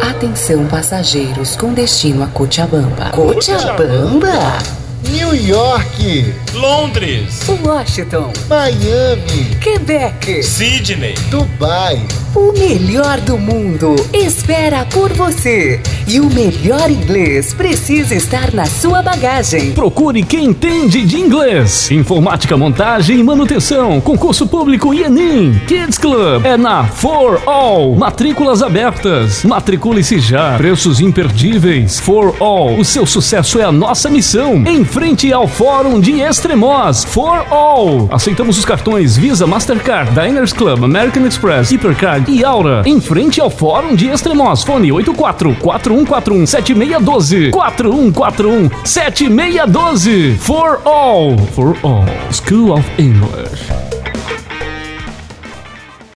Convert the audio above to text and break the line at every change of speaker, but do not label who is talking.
Atenção passageiros com destino a Cochabamba.
Cochabamba?
New York,
Londres,
Washington,
Miami,
Quebec.
Sydney.
Dubai.
O melhor do mundo espera por você. E o melhor inglês precisa estar na sua bagagem.
Procure quem entende de inglês, informática, montagem e manutenção, concurso público e Enem, Kids Club, é na For All, matrículas abertas, matricule-se já, preços imperdíveis, For All, o seu sucesso é a nossa missão, em frente ao Fórum de Extremoz, For All, aceitamos os cartões Visa, Mastercard, Diners Club, American Express, Hipercard e Aura, em frente ao Fórum de Extremoz, fone 84 4141 7612, 4141 7612. 12 for all for all school of english